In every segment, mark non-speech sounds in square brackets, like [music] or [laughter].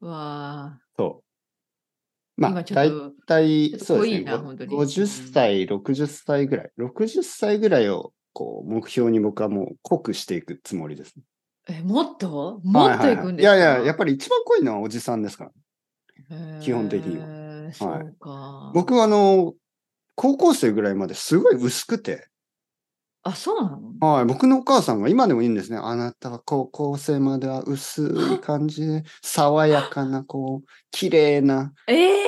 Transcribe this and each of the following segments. わあ。そう。まあ、今ちょっ大と、体、すそうごですいね。な、ご本当に。 50うん歳、60歳ぐらい。60歳ぐらいを、こう、目標に僕はもう濃くしていくつもりですね。え、もっともはいっとはい行はくんい。いですやいや、やっかぱり一番濃いのはおじさんですから。へ基本的には。え、そはいうか。僕は、あの、高校生ぐらいまですごい薄くて、あ、そうなのはい、僕のお母さんが今でも言うんですね。あなたは高校生までは薄い感じで、爽やかな、こう、綺麗なええ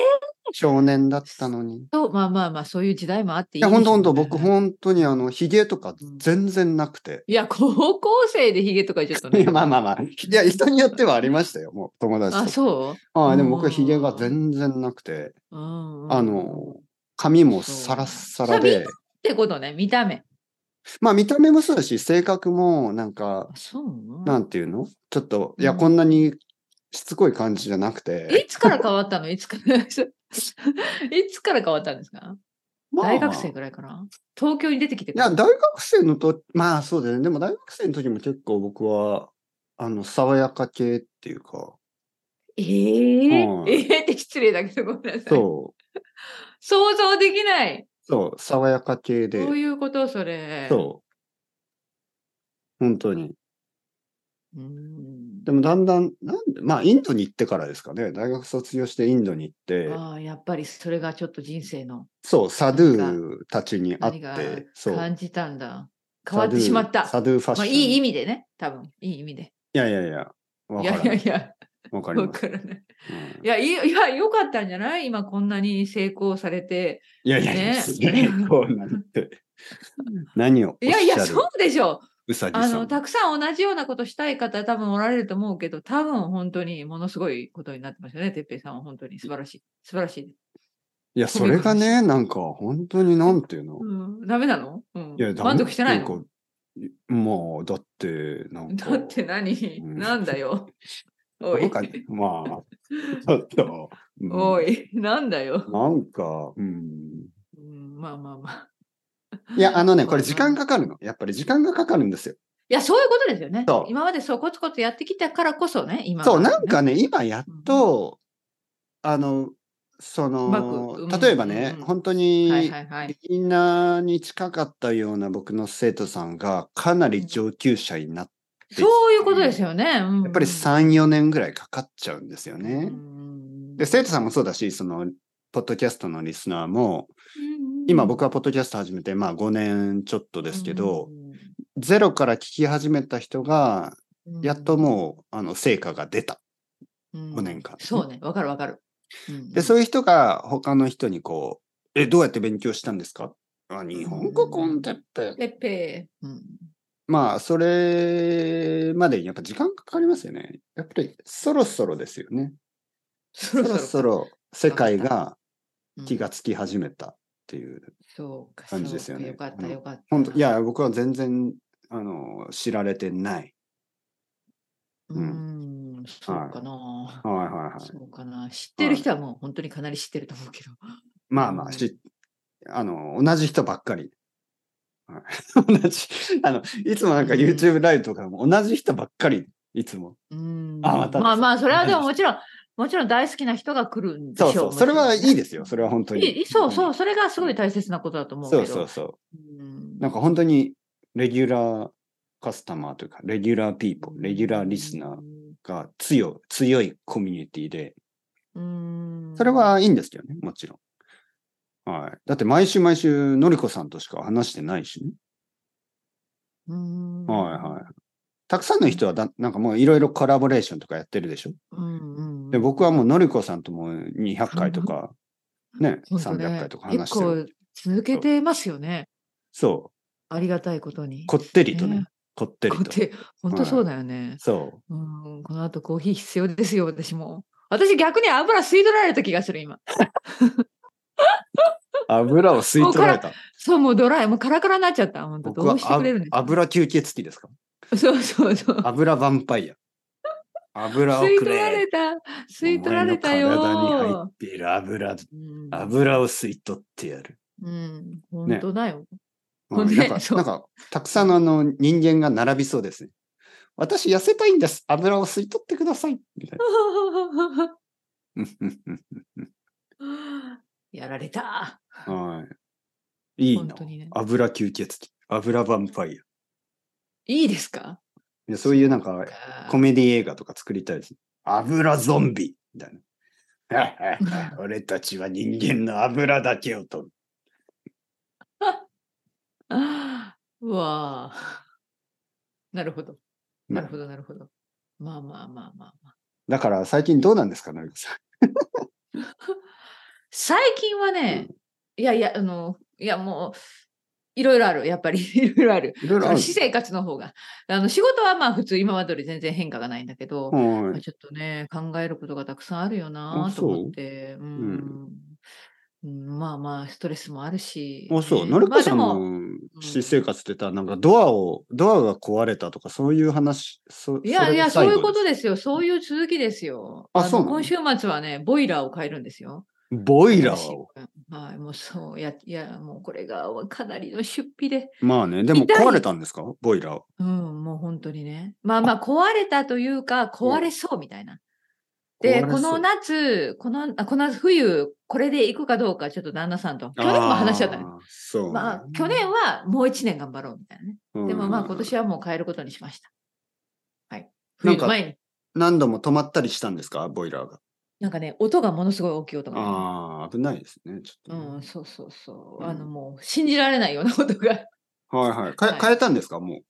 少年だったのに。いと、まあまあまあ、そういう時代もあっていいや、でほんしょとほんうと、僕ね。本当にあの、髭とかうん全然なくて。いや、高校生でヒゲとかちょっといね。や、 [laughs] まあまあまあ。いや、人によってはありましたよ、もう友達あ、とか。そはうい、でも僕は髭がうん。全然なくて、うんうあんうんうん。の、髪もサラッそう。サそれラ見たっで、てことね、見た目。まあ見た目もそうだし、性格もなんか、あ、そうなんていうのちょっと、いうや、こん。んなにしつこい感じじゃなくて、いつから変わったのいつから [laughs] いつから変わったんですか大学生まあ、ぐらいかな東京に出てきていかや、ら。大学生のと、まあそうだよね。でも大学生の時も結構僕は、あの、爽やか系っていうか、えー、えはい。ーって失礼だけどごめんなさい。そう、想像できない。そう、爽やか系どうで、いうことそれ。そう、本当に。うーん。でもだんだん、なんで、まあインドに行ってからですかね。大学卒業してインドに行って、ああ、やっぱりそれがちょっと人生のそう、サド何か、ゥーたちに会っ何がて、そ感じたんだ。う、変わサっドてしゥまー、った。サドゥーファッまあ、いショいン。意味でね、多分いい意味で。いやいやいや、わいやかいらやない。いや、わかりわます。からない。ういん、や、いい、いや、よかったんじゃない今こんなに成功されて。いやいやいや、ね。すげえ、こうなんて。何をいおっやいしや、ゃそる、うでしょう。うさぎあさの、ん。たくさん同じようなことしたい方多分おられると思うけど、多分本当にものすごいことになってますよね。てっぺいさんは本当に素晴らしい。素晴らしい。いや、褒そめれが殺し。ね、なんか、本当になんていうの。うん、ダメなのういん。や、ダ満メっ足しててないいうか、のいまあ、だって、 [laughs] なんか、だってう何ん、なんだ [laughs] よ。おなんい。か、まあ、ちょっと、うん、おい。なんだよ。なんか、うん。うん、まあまあまあ。いや、あのね、こまれあ時まあ間まあ。かかるの。やっぱり時間がかかるんですよ。いや、そういうことですよね。そ今までそうコツコツやってきたからこそね、う。今そう、があるなんかね。ね、今やっうん、と、あの、そうまく、の、う例えん、ばうん、ね、うん。本当はいにはいはビい。ギナーに近かったような僕の生徒さんがかなうりん、上級者になってきそういうことでて、すよね。うやっぱりんうん。 3、4年ぐらいかかっちゃうんですようね。で、生徒ん。さんもそうだし、その、ポッドキャストのリスナーも、うんうん今う僕んはポッドキャスト始めて、まあ5年ちょっとでうすけど、んゼロから聞き始めた人が、うやっとんもう、あの、成果が出た。う5ん年間そうね、ね。わかるわかる。うんうで、そういうん人が他の人にこう、え、どうやって勉強したんですかあ、う日んう本語コンんテッペ。ペッペー。うんまあ、それまでにやっぱ時間かかりますよね。やっぱりそろそろですよね。そろそろそろそか。ろ世わかった。界がう気がん。つき始めたっていうそうか、感じでそすうよか。よかっね。あた、の、よかっ本当いた。や、僕は全然、あの、知られてない。ううん。ーん、そうはかい。な。はいはいそうかな。知ってはるい。はい。人はもう本当にかなり知ってると思うけ [laughs] ど。まうあまあ、ん。し、あの、同じ人ばっかり。はい [laughs] 同じ。あの、いつもなうんかん。 YouTube ライブとかも同じ人ばっかり、いつも。うあ、まん。たでまあす。まあ、それは同でじもも人。ちろん、もちろん大好きな人が来るんでそうしそょう。う、そもれちろはいんいね。ですよ。それは本当いに。い、本そう当そう、に。それがすうごいん。大切なことだと思うそうけそど。うそうーう。なんかん。本当に、レギュラーカスタマーというか、レギュラーピーうーポー、レギュラーリスナーん。が強い、強いコミュニティで、うーそれんはいいんですけどね、もちろん。はい。だって毎週毎週、のりこさんとしか話してないしね。うーはいはい。んたくさんの人はだ、なんかもういろいろコラボレーションとかやってるでしょうんうで、ん僕はもうのりこさんとも200う回とん。か、ね、本当300回ね、とか結話してるわ構け。続けそう。てますよね。そう。ありがたいことに。こってりとね。ね。こってこりうやっと。て、本当はそうい。だよね。そう。うん、この後コーヒー必要ですよ、私も。私逆に油吸い取られた気がする、今。油を吸いもう取から [laughs] れら、た。そう、もうドライ、もうカラカラになっちゃった。本当僕どうはしてくあれるんですかね。油吸血鬼ですかそうそうそう。油ヴァンパイア。油吸をいく取られ。れた。吸おい取前らのれた体に入っよ。ている油、うん、油を吸い取ってやる。うん、本ね。当だよ。ほん [laughs] うん、なんで、か、そなんう。か、たくうさんのあんの人間が並びそうですね。私痩せたいんです。油を吸い取ってください。みたいな。うんうんうんやられた。はい。いい本な当。にね。油吸血鬼。油ヴァンパイア。いいいですかやそういうなんか、コメディ映画とか作りたいです。油ゾンビみたい [laughs] な。俺たちは人間の油だけを取る。あーうわあ。なるほど。なるほど。ど、なるほど。まあまあまあまあまあ。だから最近どうなんですか、成田さん。最近はね、いやいや、あの、いやもう、いろいろある。やっぱり [laughs] いろいろある。いろいろある。私生活の方が。あの仕事はまあ普通、今までより全然変化がないんだけど、はまあいちょっとね、考えることがたくさんあるよなああと思って。うんううんまあまあ、ストレスもあるし。あ、そう。ね成田さんまあでも、の私生活って言ったら、なんかドアを、ドアが壊れたとか、そういう話。そいやいや、そそれういが最う後ことですよ。そういう続きですよ。あのそうなの今週末はね、ボイラーを変えるんですよ。ボイラー私を。はい、もうそう、いや、いや、もうこれがかなりの出費で、まあね、でも痛い壊れたんですかボイラーを。うん、もう本当にね。まあまあ、壊れたというか、壊れそうみたいな。で、壊れこそうの夏、この、あこの冬、これで行くかどうか、ちょっと旦那さんと。去年も話し合ったね。あーそう。まあ、去年はもう一年頑張ろうみたいなね。うん、でもまあ、今年はもう変えることにしました。はい。な冬んかの前に。何度も止まったりしたんですかボイラーが。なんかね、音がものすごい大きい音がね、ああ、危ないですね。ちょっとね、うん、そうそうそう。うんあの、もう、信じられないようなことが。いはいはい。かはい変えたんですかも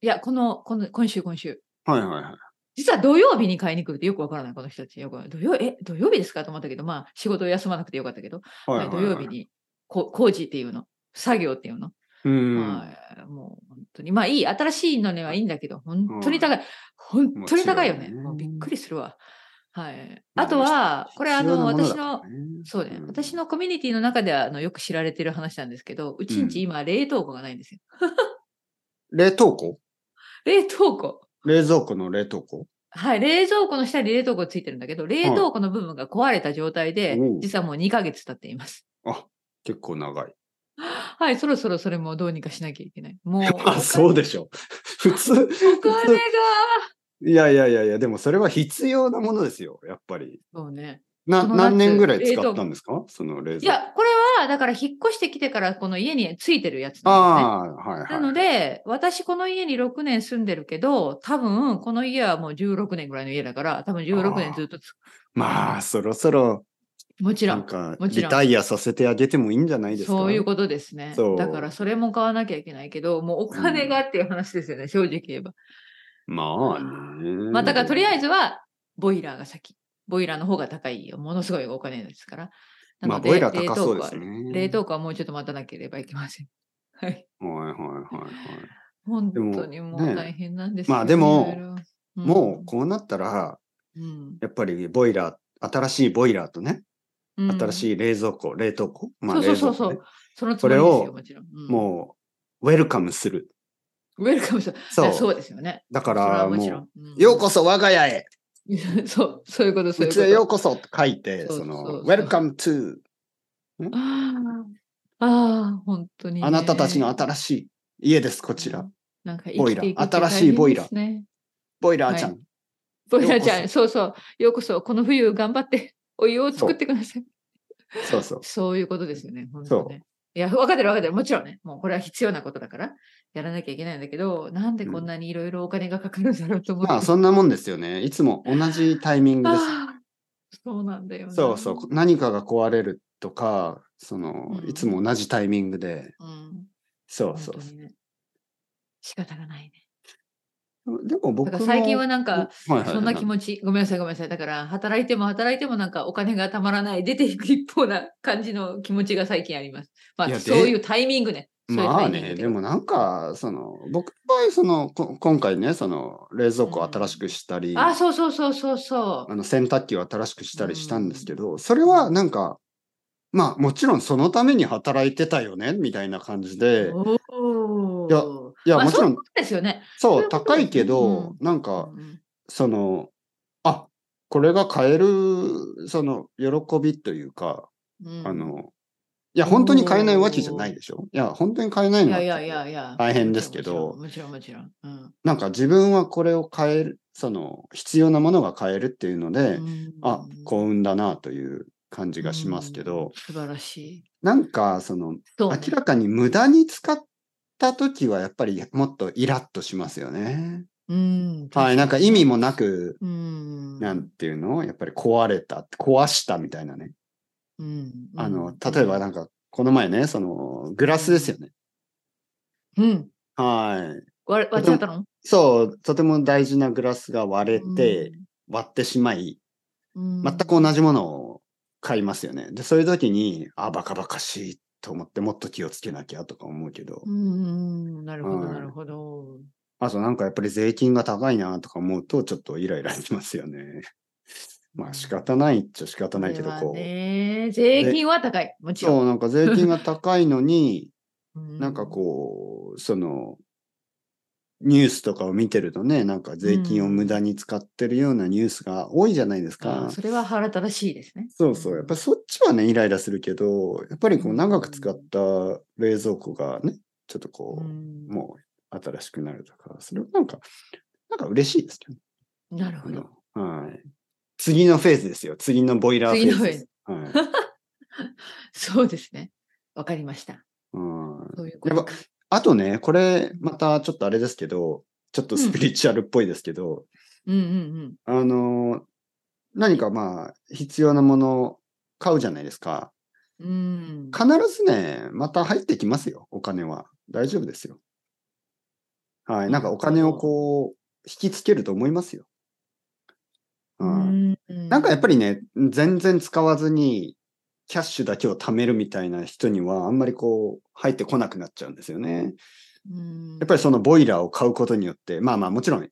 や、この、この、今週、今週。う。はいはいはい。実は土曜日に買いに来るってよくわからない、この人たち。よくわ土曜え土曜日ですかと思ったけど、まあ、仕事を休まなくてよかったけど、はいはいは土い、曜日にこ工事っていうの、作業っていうの。うん。はいもう本当に、まあいい、新しいのにはいいんだけど、本当に高い。本当に高いよね。もちろんねもうびっくりするわ。はい。まああとは、これ、あ必要なの、ものだ私からの、ねそうね、ん私のコミュニティの中ではあのよく知られてる話なんですけど、うちんち今、冷凍庫がないんですよ。冷凍庫冷凍庫。冷蔵庫の冷凍庫はい、冷蔵庫の下に冷凍庫ついてるんだけど、冷凍庫の部分が壊れた状態で、おう実はもう2ヶ月経っています。あ、結構長い。。はい、そろそろそれもどうにかしなきゃいけない。もう [laughs] あ、そうでしょ。普通、お金が。いやいやいやいや、でもそれは必要なものですよ、やっぱり。そうね。なこの夏何年ぐらい使ったんですかその冷い蔵庫。や、これは、だから引っ越してきてから、この家についてるやつなんああー、はいですね。は。ないので、私この家に6年住んでるけど、多分この家はもう16年ぐらいの家だから、多分16年ずっとつまあ、そろそろ、もちろなんん。か、もちろリんタイアさせてあげてもいいんじゃないですかそういうことですねそう。だからそれも買わなきゃいけないけど、もうお金がっていう話ですよね、正直言えば。まあね。まあ、だからとりあえず、ずは、ボイラーが先。ボイラーの方が高いよ。ものすごいお金ですから。なまあ、のでボイラー高そうです冷凍庫はね。冷凍庫はもうちょっと待たなければいけません。 [laughs] はい。はいはいはいはい。本も当にもねう大変なんですよまあでも、いろいろもうこうなったら、うんやっぱりボイラー、新しいボイラーとね、うん、新い、しい冷蔵庫、冷凍庫、まあ、そう冷そう蔵そ庫うそう、ねそのつこもりでれすをよ、もちろん。うんもう、ウェルカムする。ウェルカムした。そ。そううそうですよね。だかそれら、はももちうろ、ん。うんようこそ我が家へ、 [laughs] そう、そういうこと、そういううこちと。へようこそって書いて、そうそそうその、うウェルカム to ああ、ああ本当にね、あなたたちの新しい家です、こちら。なんかボ生きイラてーいくって新しいボイラー大変ですねボイラーちゃん。はボイラーちようゃこん、そうそう、ようこそ、この冬頑張って、 [laughs] お湯を作ってください。そうそう。そういうことですよね、本そう当ね。いや、分かってる分かってる。もちろんね、もうこれは必要なことだから、やらなきゃいけないんだけど、なんでこんなにいろいろお金がかかるんだろうと思って。まあ、そんなもんですよね。いつも同じタイミングです。ああそうなんだよ、ね。そうそう。何かが壊れるとか、その、うんいつも同じタイミングで。うん。そう本そ当うにね。仕方がないね。でも僕だかもら最近はなんか、はい [laughs] はいそんな気持ち、ごめんなさい、ごめんなさい。だから、働いても働いてもなんかお金がたまらない、出ていく一方な感じの気持ちが最近あります。まいやあ、でそういうタイミングね。そういうまあタイミンね、グでもなんか、その、僕の場合、その、こ今回ね、その、冷蔵庫を新しくしたり、あ、そうそうそうそうそう。あの洗濯機を新しくしたりしたんですけど、それはなんか、まあもちろんそのために働いてたよね、みたいな感じで、おいやーいや、まあもちろん、そうですよね。そう、そういうこと高いけどう、なんうか、んその、あ、これが買える、その、喜びというか、うんあの、いや、本当に買えないわけじゃないでしょいや、本当に買えないいのはやいやいやいや。大変ですけどもちろんもちろん。もちろんもなんか自分はこれを買える、その、必要なものが買えるっていうのちろで、んうん、あうん、幸運だなという感じがしますけうんど、素晴らしい。なんか、その、そうね、明らかに無駄に使った時はやっぱりもっとイラッとしますよね。うん。はい、なんか意味もなく、うん。なんていうのやっぱり壊れた、壊したみたいなね。うん、あの、例えばなんか、この前ね、その、グラスですよね。うん。はい。割割っちゃったのそう、とても大事なグラスが割れて、うん、割ってしまい、うん全く同じものを買いますよね。で、そういう時に、あ、バカバカしいと思って、もっと気をつけなきゃとか思うけど、うん、なるほど、はいなるほど。あとなんかやっぱり税金が高いなとか思うと、ちょっとイライラしますよ [laughs] ね。まあ仕方ないっちゃ仕方ないけど、これはこう。ね、税金は高い。もちろそん。う、なんか税金が高いの [laughs] に、うなんかこう、その、ニュースとかを見てるとね、なんか税金を無駄に使ってるようなニュースが多いじゃないですか。あそれは腹立たしいですね。そうそう。やっぱりそっちはね、イライラするけど、やっぱりこう長く使った冷蔵庫がね、ちょっとこう、んもう新しくなるとか、それはなんか、なんか嬉しいですけなるどほねど。。あのはい。次のフェーズですよ。次のボイラーフェーズです。はい。そうですね。わかりました。うんそういうこやとっか。あとね、これ、またちょっとあれですけど、ちょっとスピリチュアルっぽいですけど、うんうんあの、何かまあ、必要なものを買うじゃないですか。うん。うん。必ずね、また入ってきますよ、お金は。大丈夫ですよ。はい。なんかお金をこう、引きつけると思いますよ。ううん。んなんかやっぱりね、全然使わずに、キャッシュだけを貯めるみたいな人には、あんまりこう、入ってこなくなっちゃうんですよね。うんやっぱりそのボイラーを買うことによって、まあまあもちろん、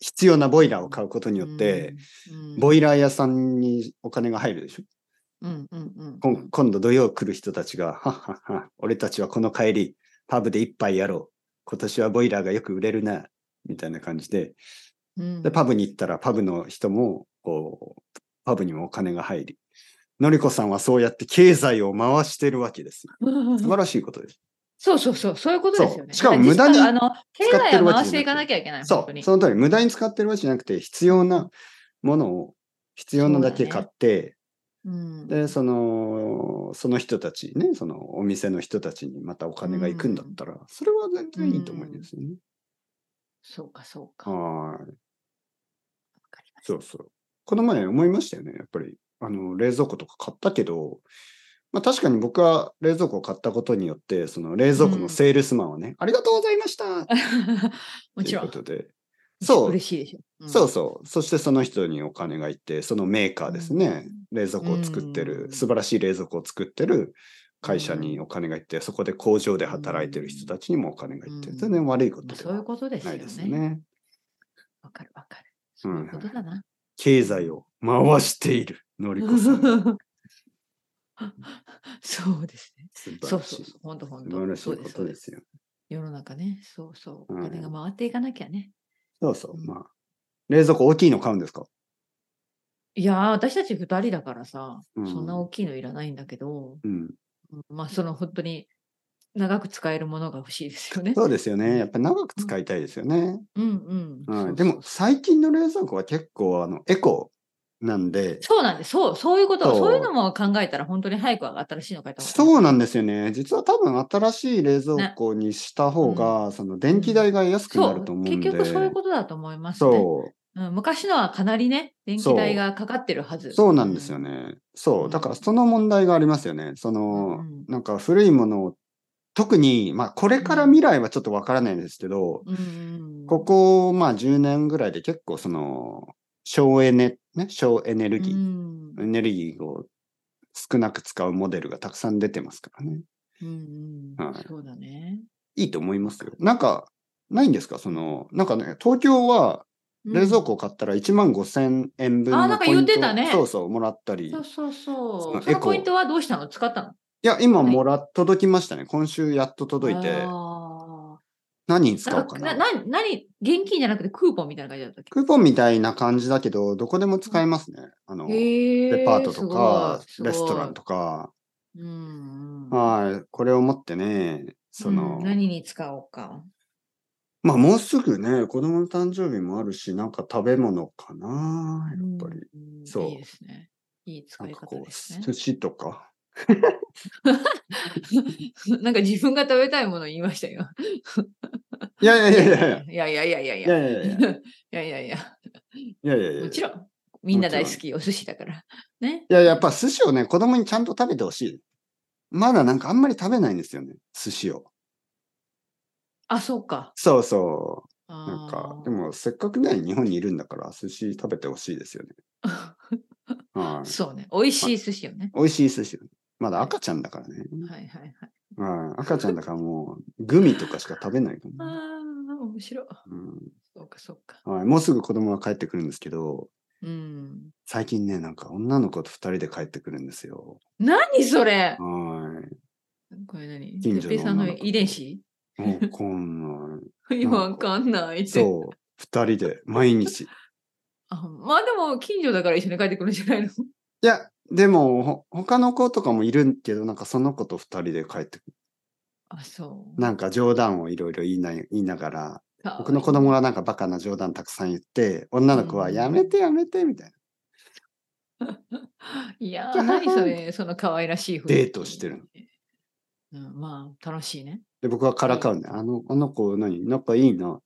必要なボイラーを買うことによって、、うんボイラー屋さんにお金が入るでしょうんうんうんこん今度土曜来る人たちが、はっはっは、俺たちはこの帰り、パブで一杯やろう。今年はボイラーがよく売れるな、みたいな感じで。うんで、パブに行ったら、パブの人も、こう、パブにもお金が入り。のりこさんはそうやって経済を回してるわけですよ。素晴らしいことです。そうそうそう、そういうことですよね。そうしかも無駄にあの、経使って済るをわけじゃ回なくてしていかなきゃいけない。そ本当う、に。その通り、無駄に使ってるわけじゃなくて、必要なものを必要なだそけうだ買ねって、うんで、その、その人たちね、そのお店の人たちにまたお金が行くんだったら、それは全然いいと思うんですよね。そうか、そう [laughs] か。わはーい。かりましたそうそう。この前思いましたよね、やっぱり。あの、冷蔵庫とか買ったけど、まあ確かに僕は冷蔵庫を買ったことによって、その冷蔵庫のセールスマンをね、ありがとうございましたともちいうろこん。とで。そう、嬉しいでしょ。うんそうそう。そしてその人にお金がいって、そのメーカーですね、冷蔵庫を作ってうんる、素晴らしい冷蔵庫を作ってる会社にお金がいって、そこで工場で働いてる人たちにもお金がいって、うん全然悪いこまとあでそういうはことですなよいですよね。ね。わかるわかる。うそんういうことだな。経済を回している、のりこさん。 [laughs] そうですね。素晴そうらしそういそう。。本当本素晴ら当。しそういでこすそとうでです。すよ。世の中ね、そうそう。おうん金が回っていかなきゃね。そうそうう。んまあ、冷蔵庫大きいの買うんですかいやー、私たち二人だからさ、そんなうん大きいのいらないんだけど、うん。まあ、その本当に長く使えるものが欲しいですよね。そうですよね。やっぱり長く使いたいですよね。うんうん。はそうい。でも、そう最近の冷蔵庫は結構、あの、エコなんで、そうなんです。そう、そういうこと。そうそういうのも考えたら、本当に早く新しいの買った方がそううなんですよね。実は多分新しい冷蔵庫にした方が、その電気代が安くなるとそ思う、うんで。結局そういうことだと思いますね。そううん、昔のはかなりね、電気そう代がかかってるはず。そうなんですよね。そうう。んだからその問題がありますよね。その、うんなんか古いものを、特に、まあこれから未来はちょっとわからないですけど、うん。うん。ここ、まあ10年ぐらいで結構その、省エネ、ね、省エネルギうー、んエネルギーを少なく使うモデルがたくさん出てますからね。うんうはんいそうだね。いいと思いますよ。なんか、ないんですかその、なんかね、東京はうん冷蔵庫を買ったら1万5千円分のポイント、あなんか言ってたねそうそう、もらったり。いそうそうそ。そうのそエのコポイントはどうしたの使ったのや、今もら、届きましたね。今週やっと届いて、あ何にー使なおうんかかなな、な、なに、現金じゃなくてクーポンみたいな感じだったっけクーポンみたいな感じだけど、どこでも使えますね。あの、へーデパートとか、すごいレストランとか、うんうんはい。これを持ってね、その、うん何に使おうか。まあもうすぐね、子供の誕生日もあるし、なんか食べ物かな、やっぱり。んそういいですね。いい使なんいか方こでう、すね寿。司とか。 [laughs] なんか自分が食べたいもの言いましたよ。い [laughs] やいやいやいやいや。いやいやいやいやいいややいやいい [laughs] ややいやいや。いやいやいやもちろん、みんな大好きお寿司だから。ね。いや、やっぱ寿司をね、子供にちゃんと食べてほしい。まだなんかあんまり食べないんですよね、寿司を。あ、そうか。そうそう。ななんか、でもせっかくね、日本にいるんだから、寿司食べてほしいですよね。は [laughs] い。そうね。美味しい寿司よね。美味しい寿司よね。まだ赤ちゃんだからね。はいはいはい。はい。赤ちゃんだからもう、グミとかしか食べないかあ [laughs] ら、ねあ、面白い。うそうかそうか。んはい。もうすぐ子供が帰ってくるんですけど、うん。最近ね、なんか女の子と二人で帰ってくるんですよ。何それはこれ何近哲所の平さん女のの子遺伝子い。もうこんな、いや、 [laughs] わかんないって。そう、二人で毎日。あまあでも、近所だから一緒に帰ってくるんじゃないのいや、でも、ほ他の子とかもいるけど、なんかその子と二人で帰ってくる。 [laughs] あ、そう。なんか冗談をいろいろ言いな言いながら、か僕の子供がなんかバカな冗談たくさん言って、女の子はやめてやめてみたいな。いやじゃー、あ何それ、その可愛らしい雰囲気デートしてるうん、まあ、楽しいね。で、僕はからかうね。あの、あの子何仲いいな。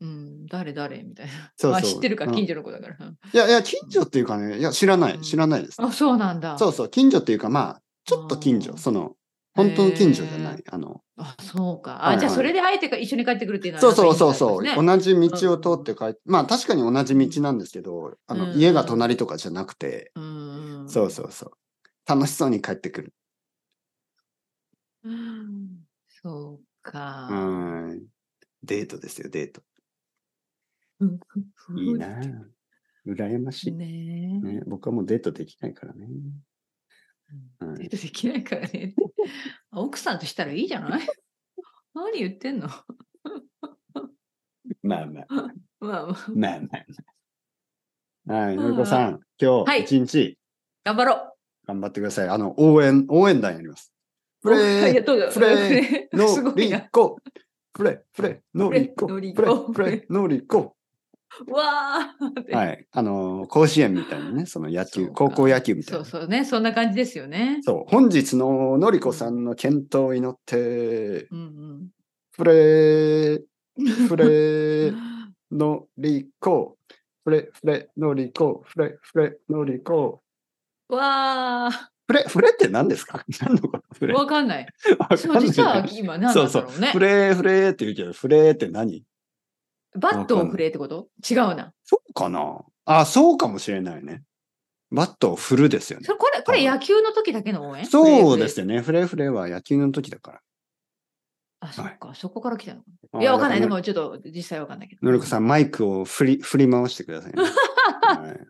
うん、誰誰みたいな。そうまあ、そう。知ってるか、うん近所の子だから。うんいやいや、近所っていうかね、いや、知らない、知らないです。あ、そうなんだ。そうそう、近所っていうか、まあ、ちょっと近あ所、ーその、本当の近所じゃへなーい。あの、あ、そうか。あ、はいはいじゃあ、それで相手が一緒に帰ってくるっていうのはそうそうそうそう、なんかいいことですね同じ道を通って帰って、まあ確かに同じ道なんですけど、あの、うん家が隣とかじゃなくて、うん。そうそうそう。楽しそうに帰ってくる。うん。そうか。はーい。デートですよ、デート。うんいいな。羨ましい。ねえ。ね、僕はもうデートできないからうね。んはデーいト [laughs] できないからね。あ奥さんとしたらいいじゃない [laughs] 何言ってんのまあまあ、まあまあ、まあまあ。はい、のりこさん、今はい日一日頑張ろう頑張ってください。あの、応援、応援団やります。プあ [laughs] りがレとうプレプレ [laughs] ー、すのごいりな。こ。プレー、プレー、のレりこ。のプレりー、こプレー、のりこ。わーってはい。あのー甲子園みたいなね、その野そう球、か高校野球みたいそな。うそうそうね、そんな感じですよね。本日ののりこさんの健闘を祈って、うんプレー、うん。 [laughs] プレー、のりこ、プレ、プレ、のりこ、プレ、プレ、のりこ、わプレ、プレって何ですか [laughs] 何のことー、プレ。わわかんない。かんそなう、い実は今何そなうんそだうろうねプ。レ、プレって言うけど、プレって何バットを振れってこと違うな。そうかなあ、そうかもしれないね。バットを振るですよねそ。れこれ、これ野球の時だけの応援そうですよ。よね。フレフレは野球の時だから。あ、そはっいか、そこから来たのかあいや、わかんない。でだらもちょっと実際わかんないけど。のりこさん、マイクを振り、振り回してくださいね。はい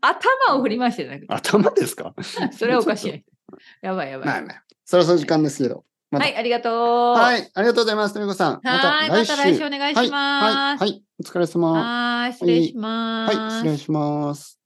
頭を振り回してなく頭ですかそれはおかし [laughs] ちょっい。やばいやとまばあい。まあ、そろそろ時間ですけど。またはい、ありがとう。。はいい、ありがとうございます、のりこさん。はい、また来週お願いしはい、はまい、す。はい、お疲れ様。はい、失礼しまはす。い、失礼します。